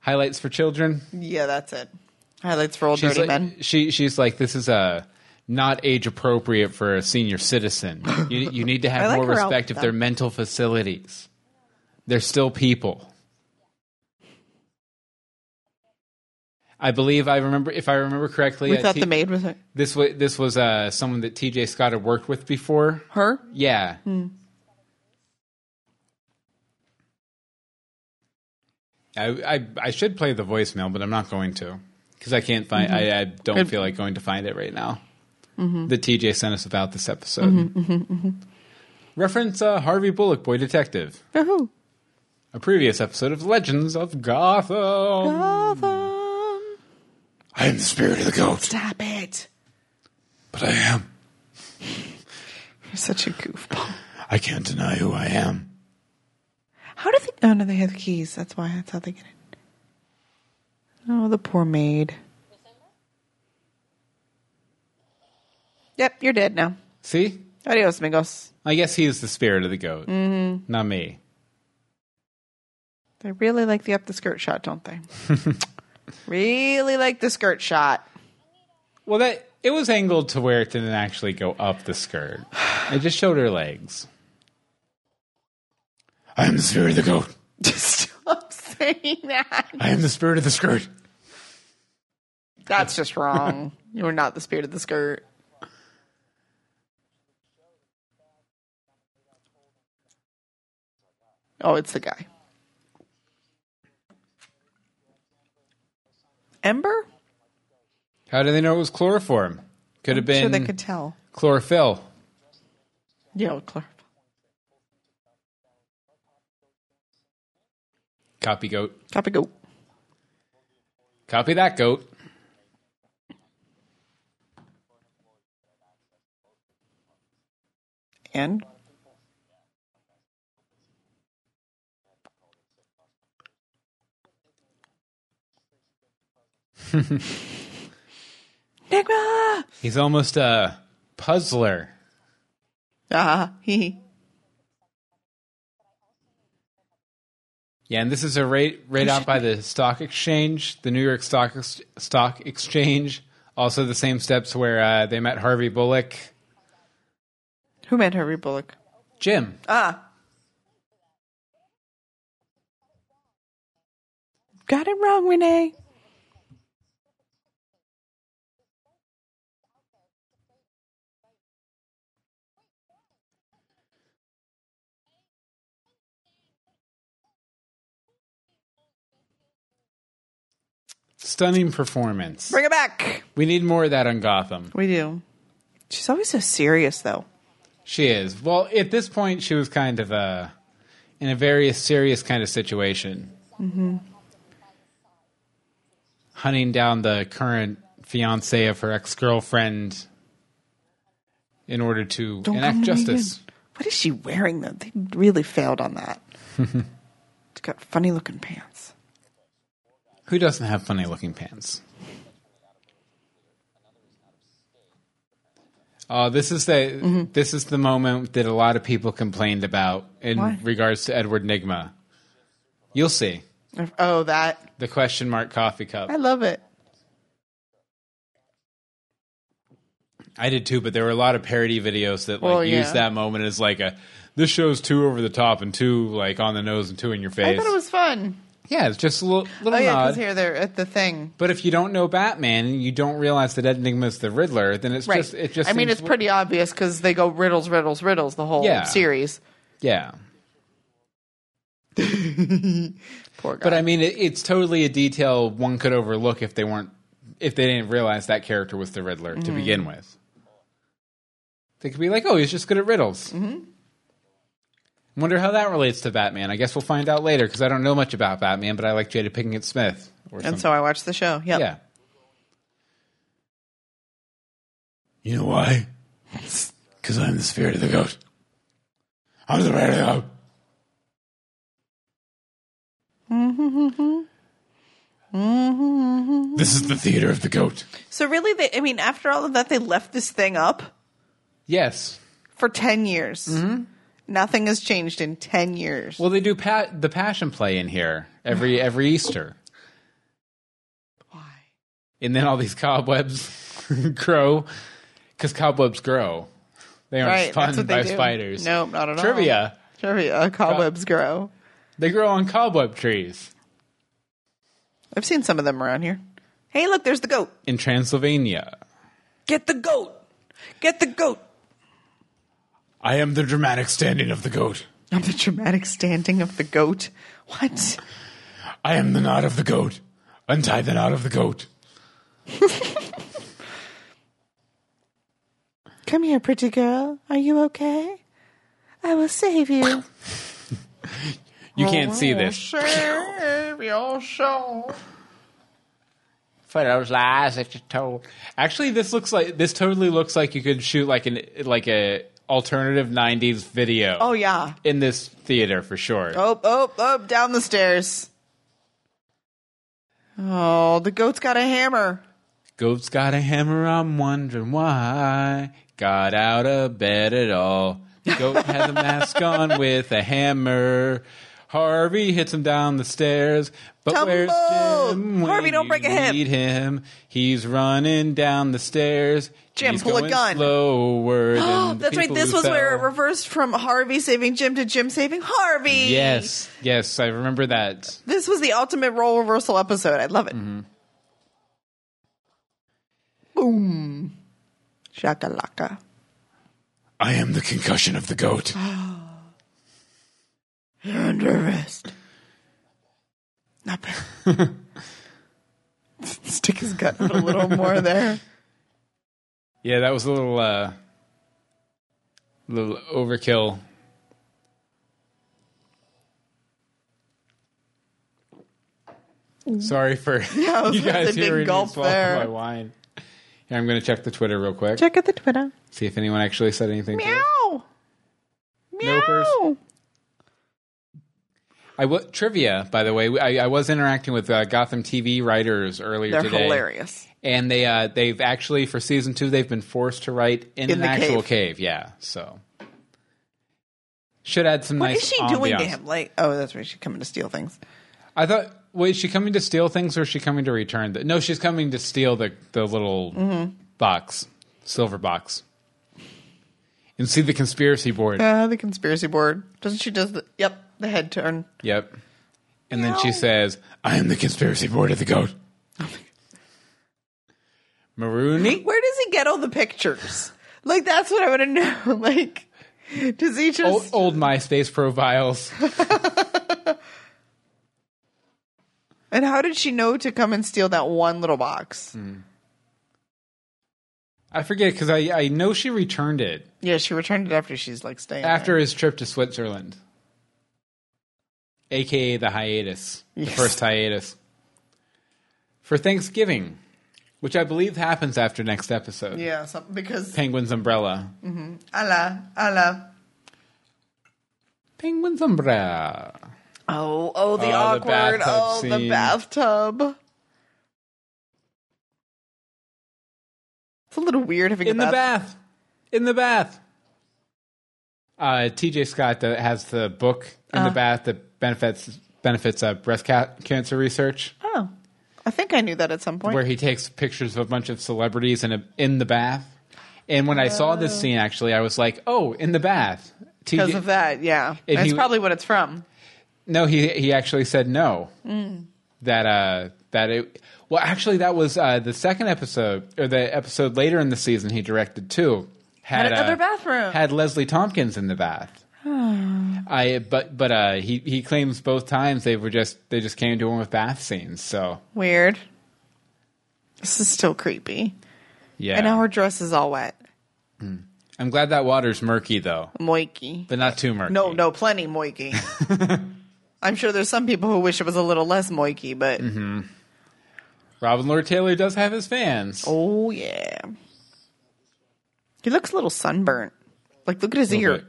Speaker 1: Highlights for children.
Speaker 2: Yeah, that's it. Highlights for old
Speaker 1: She's
Speaker 2: dirty
Speaker 1: like,
Speaker 2: men.
Speaker 1: She she's like this is a not age appropriate for a senior citizen. You you need to
Speaker 2: I
Speaker 1: have
Speaker 2: like
Speaker 1: more
Speaker 2: her outfit,
Speaker 1: respect of
Speaker 2: though.
Speaker 1: their mental facilities. They're still people. I believe I remember if I remember correctly.
Speaker 2: We
Speaker 1: uh,
Speaker 2: thought
Speaker 1: T-
Speaker 2: the maid was like,
Speaker 1: this was this was uh, someone that T.J. Scott had worked with before.
Speaker 2: her.
Speaker 1: Yeah. I, I I should play the voicemail, but I'm not going to because I can't find. I, I don't
Speaker 2: Good.
Speaker 1: feel like going to find it right now. The TJ sent us about this episode. Reference uh, Harvey Bullock, Boy Detective,
Speaker 2: Woohoo.
Speaker 1: a previous episode of Legends of Gotham.
Speaker 2: Gotham.
Speaker 3: I am the spirit of the goat,
Speaker 2: Stop it.
Speaker 3: but I am.
Speaker 2: You're such a goofball.
Speaker 3: I can't deny who I am.
Speaker 2: How do they? Oh no, they have keys. That's why. That's how they get in. Oh, the poor maid. Yep, you're dead now.
Speaker 1: See,
Speaker 2: Adios, amigos.
Speaker 1: I guess he is the spirit of the goat, not me.
Speaker 2: They really like the up the skirt shot, don't they? really like the skirt shot.
Speaker 1: Well, that it was angled to where it didn't actually go up the skirt. It just showed her legs.
Speaker 3: I am the spirit of the goat.
Speaker 2: Stop saying that.
Speaker 3: I am the spirit of the skirt.
Speaker 2: That's just wrong. You're not the spirit of the skirt. Oh, it's the guy. Ember?
Speaker 1: How do they know it was chloroform? Could have been
Speaker 2: Sure, they could tell.
Speaker 1: chlorophyll.
Speaker 2: Yeah, well, Clark.
Speaker 1: Copy goat.
Speaker 2: Copy go.
Speaker 1: Copy that goat.
Speaker 2: And Nigma.
Speaker 1: He's almost a puzzler.
Speaker 2: Ah, hee hee.
Speaker 1: Yeah, and this is a rate right out by the stock exchange, the New York Stock Ex- Stock Exchange. Also, the same steps where uh, they met Harvey Bullock,
Speaker 2: Who made Harvey Bullock?
Speaker 1: Jim.
Speaker 2: Ah. Got it wrong, Renee.
Speaker 1: Stunning performance.
Speaker 2: Bring it back.
Speaker 1: We need more of that on Gotham.
Speaker 2: We do. She's always so serious, though.
Speaker 1: She is. Well, at this point, she was kind of uh, in a very serious kind of situation. Mm-hmm. Hunting down the current fiance of her ex girlfriend in order to
Speaker 2: Don't
Speaker 1: enact
Speaker 2: come to me
Speaker 1: justice.
Speaker 2: again. What is she wearing, though? They really failed on that. She's got funny looking pants.
Speaker 1: Who doesn't have funny looking pants? Uh, this is the
Speaker 2: Mm-hmm.
Speaker 1: this is the moment that a lot of people complained about in
Speaker 2: Why?
Speaker 1: regards to Edward Nigma. You'll see
Speaker 2: Oh, that.
Speaker 1: the question mark coffee cup.
Speaker 2: I love it.
Speaker 1: I did too, but there were a lot of parody videos that like
Speaker 2: Well, yeah.
Speaker 1: used that moment as like a this show's too over the top and too like on the nose and too in your
Speaker 2: I
Speaker 1: face.
Speaker 2: thought it was fun.
Speaker 1: yeah, it's just a little,
Speaker 2: Oh,
Speaker 1: little
Speaker 2: yeah, because
Speaker 1: nod.
Speaker 2: here they're at the thing.
Speaker 1: but if you don't know Batman and you don't realize that Ed Nigma's the Riddler, then it's
Speaker 2: Right.
Speaker 1: just it just
Speaker 2: I mean,
Speaker 1: seems-
Speaker 2: it's pretty obvious because they go riddles, riddles, riddles the whole
Speaker 1: Yeah.
Speaker 2: series.
Speaker 1: yeah.
Speaker 2: Poor guy.
Speaker 1: But I mean, it, it's totally a detail one could overlook if they weren't if they didn't realize that character was the Riddler to begin with. They could be like, "Oh, he's just good at riddles." Mm-hmm. Wonder how that relates to Batman. I guess we'll find out later because I don't know much about Batman, but I like Jada Pinkett Smith or
Speaker 2: and
Speaker 1: something.
Speaker 2: so I watched the show. Yep.
Speaker 1: yeah.
Speaker 3: You know why? Because I'm the spirit of the goat. I'm the spirit of the goat. This is the theater of the goat.
Speaker 2: So really, they, I mean, after all of that, they left this thing up
Speaker 1: Yes.
Speaker 2: for 10 years. Nothing has changed in 10 years.
Speaker 1: Mm-hmm. Well, they do pa- the Passion Play in here every every Easter,
Speaker 2: Why?
Speaker 1: and then all these cobwebs grow because cobwebs grow. They aren't
Speaker 2: Right.
Speaker 1: spun
Speaker 2: that's what they
Speaker 1: by
Speaker 2: do.
Speaker 1: spiders.
Speaker 2: Nope, not at all.
Speaker 1: Trivia.
Speaker 2: Trivia. Cobwebs grow.
Speaker 1: They grow on cobweb trees
Speaker 2: I've seen some of them around here. Hey, look, there's the goat.
Speaker 1: in Transylvania.
Speaker 2: Get the goat. Get the goat.
Speaker 3: I am the dramatic standing of the goat.
Speaker 2: I'm the dramatic standing of the goat. What?
Speaker 3: I am the knot of the goat. Untie the knot of the goat.
Speaker 2: Come here, pretty girl. Are you okay? I will save you.
Speaker 1: You can't see
Speaker 2: Oh.
Speaker 1: this.
Speaker 2: Save your soul.
Speaker 1: For those lies that you told. Actually, this looks like this totally looks like you could shoot like an like a alternative '90s video.
Speaker 2: Oh, yeah.
Speaker 1: in this theater for sure.
Speaker 2: Oh, oh, oh, down the stairs. Oh, the goat's got a hammer.
Speaker 1: Goat's got a hammer. I'm wondering why. Got out of bed at all. Goat has a mask on with a hammer. Harvey hits him down the stairs. But
Speaker 2: Tumble!
Speaker 1: where's Jim? when
Speaker 2: Harvey, don't
Speaker 1: you
Speaker 2: break a hip.
Speaker 1: Need him. He's running down the stairs.
Speaker 2: Jim,
Speaker 1: He's
Speaker 2: pull a
Speaker 1: going
Speaker 2: gun.
Speaker 1: Slower. than
Speaker 2: Oh,
Speaker 1: the
Speaker 2: that's right.
Speaker 1: people
Speaker 2: This
Speaker 1: who
Speaker 2: was where it
Speaker 1: fell.
Speaker 2: reversed from Harvey saving Jim to Jim saving Harvey.
Speaker 1: Yes, yes, I remember that.
Speaker 2: This was the ultimate role reversal episode. I love it.
Speaker 1: Mm-hmm.
Speaker 2: Boom. Shakalaka.
Speaker 3: I am the concussion of the goat.
Speaker 2: You're under arrest. Not bad. Stick his gut out a little more there.
Speaker 1: Yeah, that was a little, uh, little overkill. Sorry for
Speaker 2: was
Speaker 1: you
Speaker 2: like
Speaker 1: guys
Speaker 2: the Mm-hmm. big
Speaker 1: hearing me
Speaker 2: gulp
Speaker 1: swallow
Speaker 2: there.
Speaker 1: my wine. Here, I'm going to check the Twitter real quick.
Speaker 2: Check out the Twitter.
Speaker 1: See if anyone actually said anything. to us.
Speaker 2: Meow. Meow.
Speaker 1: Nopers. I wa trivia, by the way. I, I was interacting with uh, Gotham TV writers earlier
Speaker 2: They're
Speaker 1: today.
Speaker 2: hilarious.
Speaker 1: and they uh, they've actually for season two they've been forced to write in,
Speaker 2: In
Speaker 1: an
Speaker 2: the
Speaker 1: actual cave. Yeah, so should add some
Speaker 2: What
Speaker 1: nice.
Speaker 2: is she doing to
Speaker 1: ambiance.
Speaker 2: him? Like, oh, that's right. She's coming to steal things.
Speaker 1: I thought, wait, is she coming to steal things or is she coming to return? The, no, she's coming to steal the the little
Speaker 2: Mm-hmm.
Speaker 1: box, silver box, and see the conspiracy board.
Speaker 2: Uh, the conspiracy board. Doesn't she does the? Yep, the head turn.
Speaker 1: Yep, and then she
Speaker 2: No.
Speaker 1: says,
Speaker 3: I am the conspiracy board of the goat.
Speaker 1: "Maroonie."
Speaker 2: Where does he get all the pictures? Like, that's what I want to know. Like, does he
Speaker 1: old,
Speaker 2: just?
Speaker 1: old MySpace profiles.
Speaker 2: And how did she know to come and steal that one little box?
Speaker 1: Mm. I forget because I, I know she returned it
Speaker 2: Yeah, she returned it after she's like staying.
Speaker 1: after his trip to Switzerland, aka the hiatus, the
Speaker 2: Yes.
Speaker 1: first hiatus for Thanksgiving, which I believe happens after next episode.
Speaker 2: there. yeah, so, because
Speaker 1: Penguin's umbrella.
Speaker 2: Allah, Allah.
Speaker 1: Penguin's umbrella.
Speaker 2: Oh, oh, the
Speaker 1: Oh, the
Speaker 2: awkward.
Speaker 1: bathtub
Speaker 2: oh, the
Speaker 1: scene.
Speaker 2: bathtub. It's a little weird having
Speaker 1: In
Speaker 2: a
Speaker 1: the bath. In the bath. Uh, T.J. Scott uh, has the book in the bath that benefits benefits uh, breast ca- cancer research,
Speaker 2: Oh, I think I knew that at some point.
Speaker 1: where he takes pictures of a bunch of celebrities in a, in the bath. And when I saw this scene, actually, I was like, "Oh, in the bath."
Speaker 2: Oh. because
Speaker 1: T.J.
Speaker 2: of that, yeah,
Speaker 1: If
Speaker 2: that's
Speaker 1: he-
Speaker 2: probably what it's from.
Speaker 1: No, he he actually said no.
Speaker 2: Mm.
Speaker 1: That uh that it well actually that was uh the second episode or the episode later in the season he directed too uh,
Speaker 2: Had another bathroom.
Speaker 1: had Leslie Tompkins in the bath. I but but uh he he claims both times they were just they just came to him with bath scenes so
Speaker 2: Weird. This is still creepy.
Speaker 1: yeah
Speaker 2: And now her dress is all wet,
Speaker 1: I'm glad that water's murky though
Speaker 2: moiky.
Speaker 1: but not too murky
Speaker 2: No, no, plenty moiky. I'm sure there's some people who wish it was a little less moiky, but
Speaker 1: Mm-hmm. Robin Lord Taylor does have his fans
Speaker 2: oh yeah, he looks a little sunburnt. Like, look at his
Speaker 1: little
Speaker 2: ear.
Speaker 1: bit.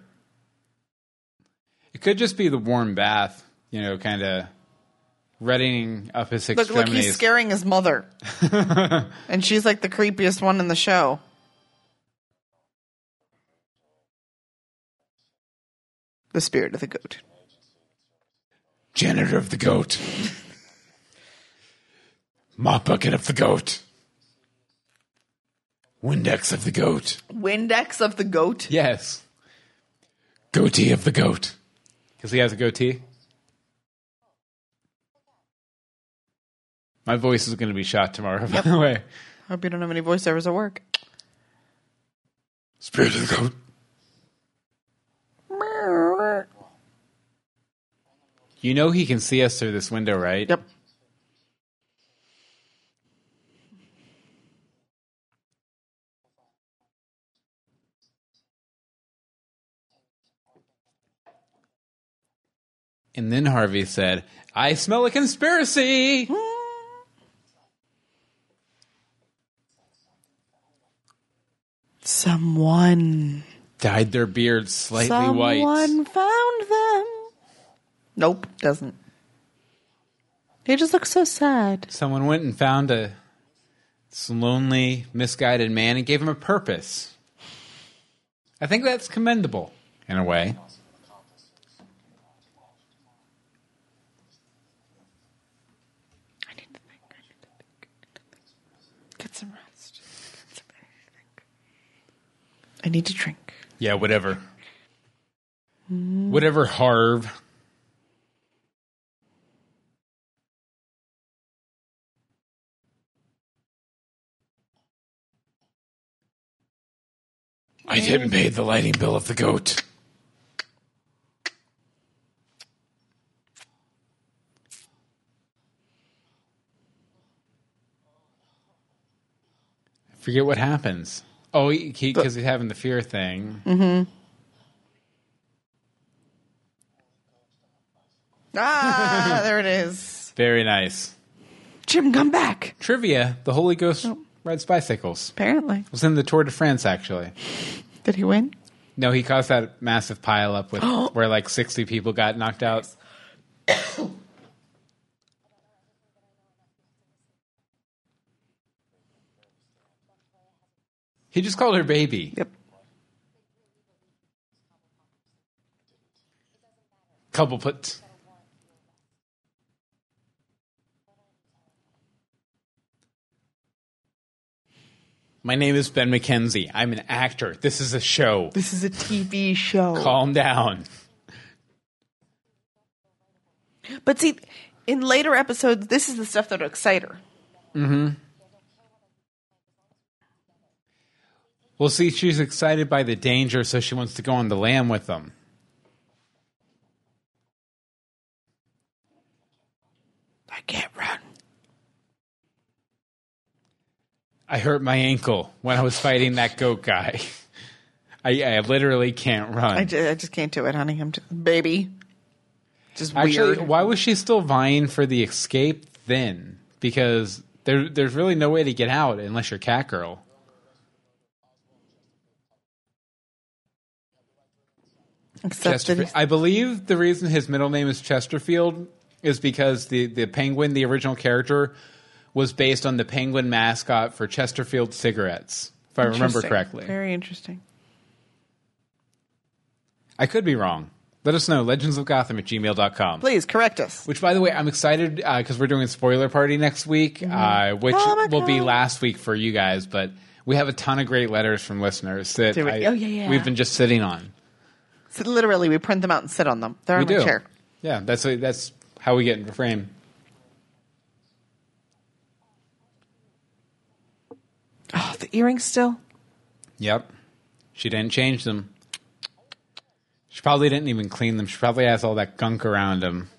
Speaker 1: It could just be the warm bath, you know, kind of reddening up his
Speaker 2: Look,
Speaker 1: extremities.
Speaker 2: look, he's scaring his mother, and she's like the creepiest one in the show. The spirit of the goat.
Speaker 3: Janitor of the goat. Mop bucket of the goat. Windex of the goat.
Speaker 2: Windex of the goat.
Speaker 1: Yes,
Speaker 3: Goatee of the goat.
Speaker 1: because he has a goatee. My voice is going to be shot tomorrow, by the way.
Speaker 2: Hope you don't have any voiceovers at work.
Speaker 3: Spirit of the goat.
Speaker 1: You know he can see us through this window, right?
Speaker 2: Yep.
Speaker 1: And then Harvey said, I smell a conspiracy.
Speaker 2: Hmm. Someone.
Speaker 1: Dyed their beards slightly white.
Speaker 2: Someone found them. Nope, doesn't. They just look so sad.
Speaker 1: someone went and found a this lonely, misguided man and gave him a purpose. I think that's commendable in a way.
Speaker 2: I need to think. I need to think. I need to think. Get some rest. Get some I need to think. I need to drink.
Speaker 1: Yeah, whatever. Whatever, Harv.
Speaker 3: I didn't pay the lighting bill of the goat.
Speaker 1: I forget what happens. Oh, because he, 'cause he's having the fear thing.
Speaker 2: Ah, there it is.
Speaker 1: Very nice.
Speaker 2: Jim, come back.
Speaker 1: Trivia The Holy Ghost rides bicycles.
Speaker 2: Apparently.
Speaker 1: was in the Tour de France, actually.
Speaker 2: Did he win?
Speaker 1: No, he caused that massive pile up with where like 60 people got knocked out. he just called her baby.
Speaker 2: Yep.
Speaker 1: Couple puts. My name is Ben McKenzie. I'm an actor. This is a show.
Speaker 2: This is a TV show.
Speaker 1: Calm down.
Speaker 2: But see, in later episodes, this is the stuff that'll excite her.
Speaker 1: Well, see, she's excited by the danger, so she wants to go on the lam with them.
Speaker 2: I can't run.
Speaker 1: I hurt my ankle when I was fighting that goat guy. I, I literally can't run.
Speaker 2: I just, I just can't do it, honey. I'm just baby. Just
Speaker 1: Actually,
Speaker 2: weird.
Speaker 1: why was she still vying for the escape then? Because there, there's really no way to get out unless you're Cat Girl.
Speaker 2: Except that
Speaker 1: Chesterfield.
Speaker 2: he's-
Speaker 1: I believe the reason his middle name is Chesterfield is because the, the penguin, the original character, was based on the penguin mascot for Chesterfield cigarettes, if I remember
Speaker 2: Interesting.
Speaker 1: correctly.
Speaker 2: Very interesting.
Speaker 1: I could be wrong. Let us know. Legendsofgotham at gmail.com.
Speaker 2: Please correct us.
Speaker 1: Which, by the way, I'm excited because we're doing spoiler party next week, uh, which
Speaker 2: Oh my
Speaker 1: will be
Speaker 2: God.
Speaker 1: last week for you guys. But we have a ton of great letters from listeners that
Speaker 2: Do we-
Speaker 1: I-
Speaker 2: oh, yeah, yeah.
Speaker 1: we've been just sitting on.
Speaker 2: So literally, we print them out and sit on them. They're
Speaker 1: We
Speaker 2: on my
Speaker 1: do.
Speaker 2: chair.
Speaker 1: Yeah, that's that's how we get into frame.
Speaker 2: Oh, the earrings still.
Speaker 1: Yep. She didn't change them. She probably didn't even clean them. She probably has all that gunk around them.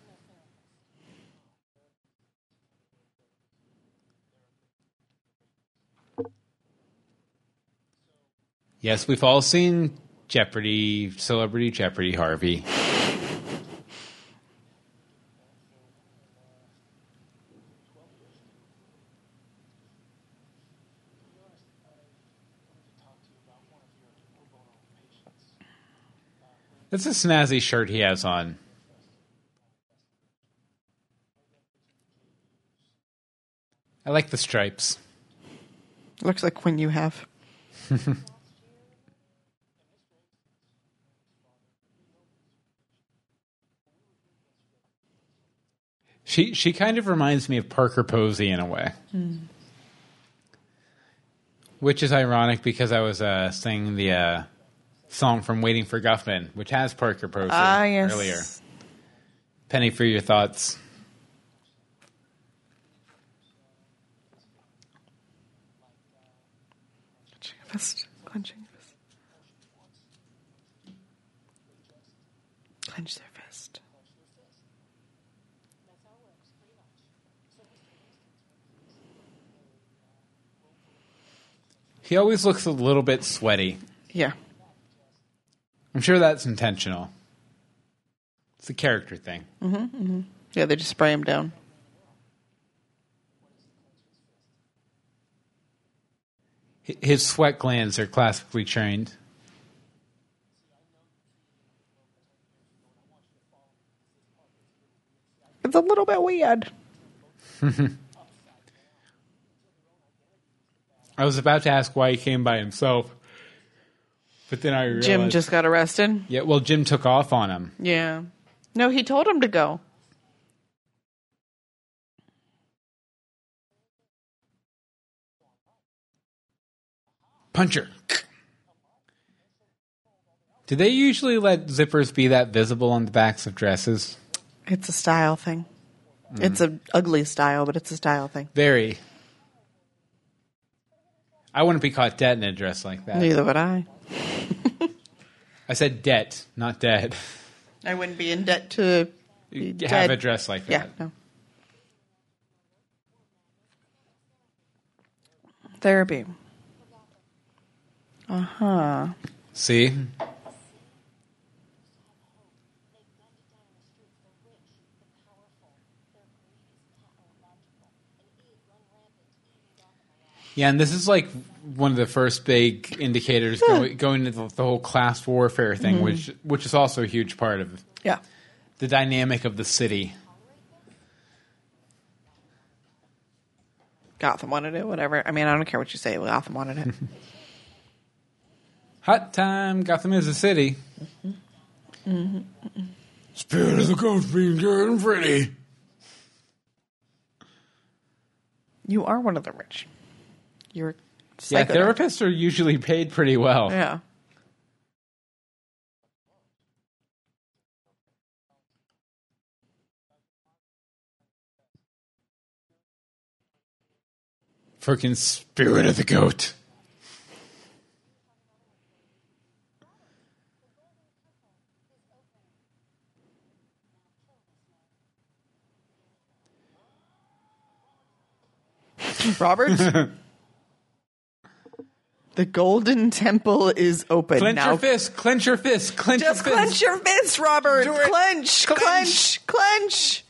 Speaker 1: Yes, we've all seen Jeopardy, Celebrity Jeopardy, Harvey. That's a snazzy shirt he has on. I like the stripes.
Speaker 2: Looks like when you have.
Speaker 1: She she kind of reminds me of Parker Posey in a way, which is ironic because I was uh, singing the uh, song from Waiting for Guffman, which has Parker Posey
Speaker 2: Ah, yes.
Speaker 1: earlier. Penny for your thoughts.
Speaker 2: Clenching fist. Clenching fist. Clench their fist.
Speaker 1: He always looks a little bit sweaty.
Speaker 2: Yeah.
Speaker 1: I'm sure that's intentional. It's a character thing.
Speaker 2: Yeah, they just spray him down.
Speaker 1: Hi- His sweat glands are classically trained.
Speaker 2: It's a little bit weird.
Speaker 1: I was about to ask why he came by himself, but then I realized
Speaker 2: Jim just got arrested.
Speaker 1: yeah. Well, Jim took off on him.
Speaker 2: Yeah. No, he told him to go.
Speaker 1: Puncher. Do they usually let zippers be that visible on the backs of dresses?
Speaker 2: It's a style thing.
Speaker 1: Mm-hmm.
Speaker 2: It's a ugly style, but it's a style thing.
Speaker 1: Very. I wouldn't be caught dead in a dress like that.
Speaker 2: Neither would I.
Speaker 1: I said debt, not dead.
Speaker 2: I wouldn't be in debt to be
Speaker 1: Have
Speaker 2: dead.
Speaker 1: a dress like
Speaker 2: Yeah,
Speaker 1: that.
Speaker 2: no. Therapy.
Speaker 1: See? Yeah, and this is like one of the first big indicators go, going into the, the whole class warfare thing,
Speaker 2: Mm-hmm.
Speaker 1: which which is also a huge part of
Speaker 2: Yeah.
Speaker 1: the dynamic of the city.
Speaker 2: Gotham wanted it, whatever. I mean, I don't care what you say. Gotham wanted it.
Speaker 1: Hot time, Gotham is a city.
Speaker 3: Spirit of the goat being good and pretty.
Speaker 2: you are one of the rich. You're a
Speaker 1: Yeah,
Speaker 2: psycho.
Speaker 1: therapists are usually paid pretty well.
Speaker 2: Yeah.
Speaker 1: Freaking s-
Speaker 3: Spirit of the goat.
Speaker 2: Robert. the Golden Temple is open
Speaker 1: Clench
Speaker 2: now.
Speaker 1: your fist, clench your fist, clench
Speaker 2: Just
Speaker 1: your
Speaker 2: clench
Speaker 1: fist.
Speaker 2: your fists, Robert.
Speaker 1: Do it.
Speaker 2: Clench,
Speaker 1: Clench.
Speaker 2: clench, clench.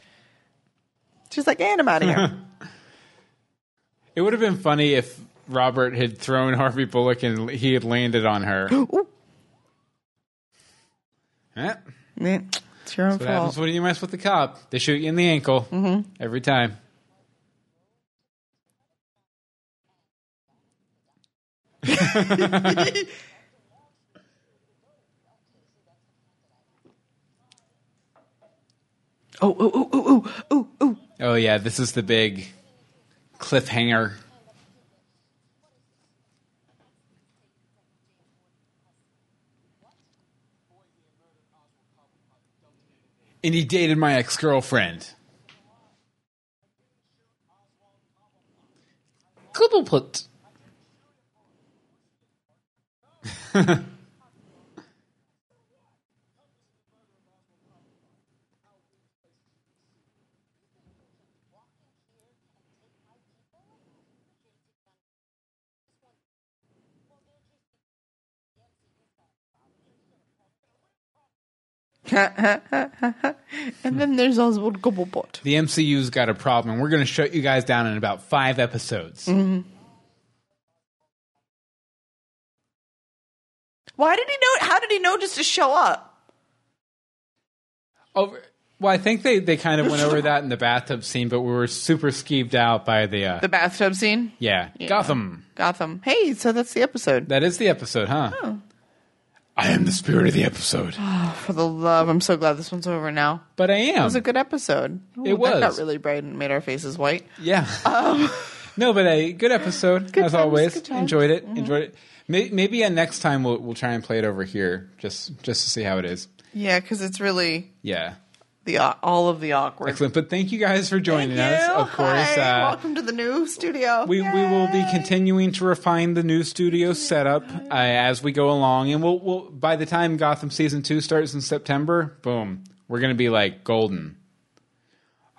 Speaker 2: She's like, and I'm out of here.
Speaker 1: It would have been funny if Robert had thrown Harvey Bullock and he had landed on her.
Speaker 2: Ooh.
Speaker 1: Eh,
Speaker 2: Eh, It's your own
Speaker 1: What happens
Speaker 2: fault.
Speaker 1: when you mess with the cop? They shoot you in the ankle
Speaker 2: Mm-hmm.
Speaker 1: every time.
Speaker 2: Oh, oh, oh, oh, oh, oh, oh.
Speaker 1: Oh yeah, this is the big cliffhanger. And he dated my ex girlfriend. Coupleput.
Speaker 2: And then there's Oswald Gobblebot.
Speaker 1: The MCU's got a problem. We're going to shut you guys down in about five episodes.
Speaker 2: Why did he know? How did he know just to show up?
Speaker 1: Over, well, I think they, they kind of went over that in the bathtub scene, but we were super skeeved out by the uh,
Speaker 2: The bathtub scene,
Speaker 1: Yeah. Gotham.
Speaker 2: Gotham. Hey, so that's the episode.
Speaker 1: That is the episode, huh?
Speaker 3: I am the spirit of the episode.
Speaker 2: For the love, I'm so glad this one's over now.
Speaker 1: But I am.
Speaker 2: It was a good episode. Ooh,
Speaker 1: It
Speaker 2: That
Speaker 1: was.
Speaker 2: got really bright and made our faces white.
Speaker 1: yeah. no, but a good episode as
Speaker 2: times,
Speaker 1: always.
Speaker 2: Um, good times. Mm-hmm.
Speaker 1: Enjoyed it. Enjoyed it. May- Maybe uh, next time we'll we'll try and play it over here just just to see how it is.
Speaker 2: Yeah, because it's really
Speaker 1: Yeah.
Speaker 2: the au- all of the awkward.
Speaker 1: Excellent. But thank you guys for joining
Speaker 2: Thank
Speaker 1: us.
Speaker 2: you.
Speaker 1: Of course.
Speaker 2: Hi.
Speaker 1: uh,
Speaker 2: welcome to the new studio.
Speaker 1: we, we will be
Speaker 2: Yay.
Speaker 1: continuing to refine the new studio setup uh, as we go along, and we'll, we'll by the time Gotham season two starts in September, boom, we're gonna be like golden.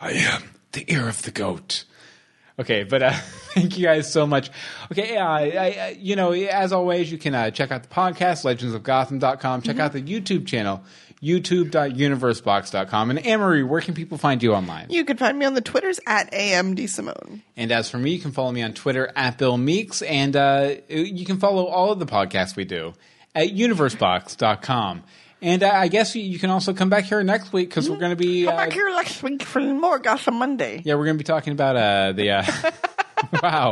Speaker 3: I am the ear of the goat.
Speaker 1: Okay, but uh, thank you guys so much. Okay, uh, I, I, you know, as always, you can uh, check out the podcast, legendsofgotham.com.
Speaker 2: Mm-hmm.
Speaker 1: Check out the YouTube channel, youtube.universebox.com. And Amory, where can people find you online?
Speaker 2: You can find me on the Twitters at AMD Simone.
Speaker 1: And as for me, you can follow me on Twitter at Bill Meeks. And uh, you can follow all of the podcasts we do at universebox.com. And uh, I guess you- you can also come back here next week because we're going to be.
Speaker 2: Mm-hmm. Come
Speaker 1: uh,
Speaker 2: back here next week for more Gotham Monday.
Speaker 1: Yeah, we're going to be talking about uh, the. Uh, wow.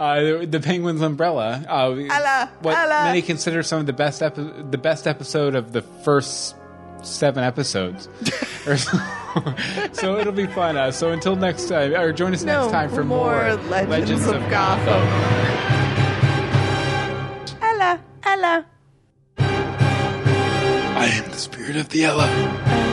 Speaker 1: Uh, the Penguin's Umbrella. Uh,
Speaker 2: Ella,
Speaker 1: what
Speaker 2: Ella.
Speaker 1: many consider some of the best epi- the best episode of the first seven episodes. Or so, so it'll be fun. Uh, so until next time, or join us next
Speaker 2: No
Speaker 1: time for more,
Speaker 2: more Legends of Gotham. Ella, Ella.
Speaker 3: I am the spirit of the Ella.
Speaker 2: Ella.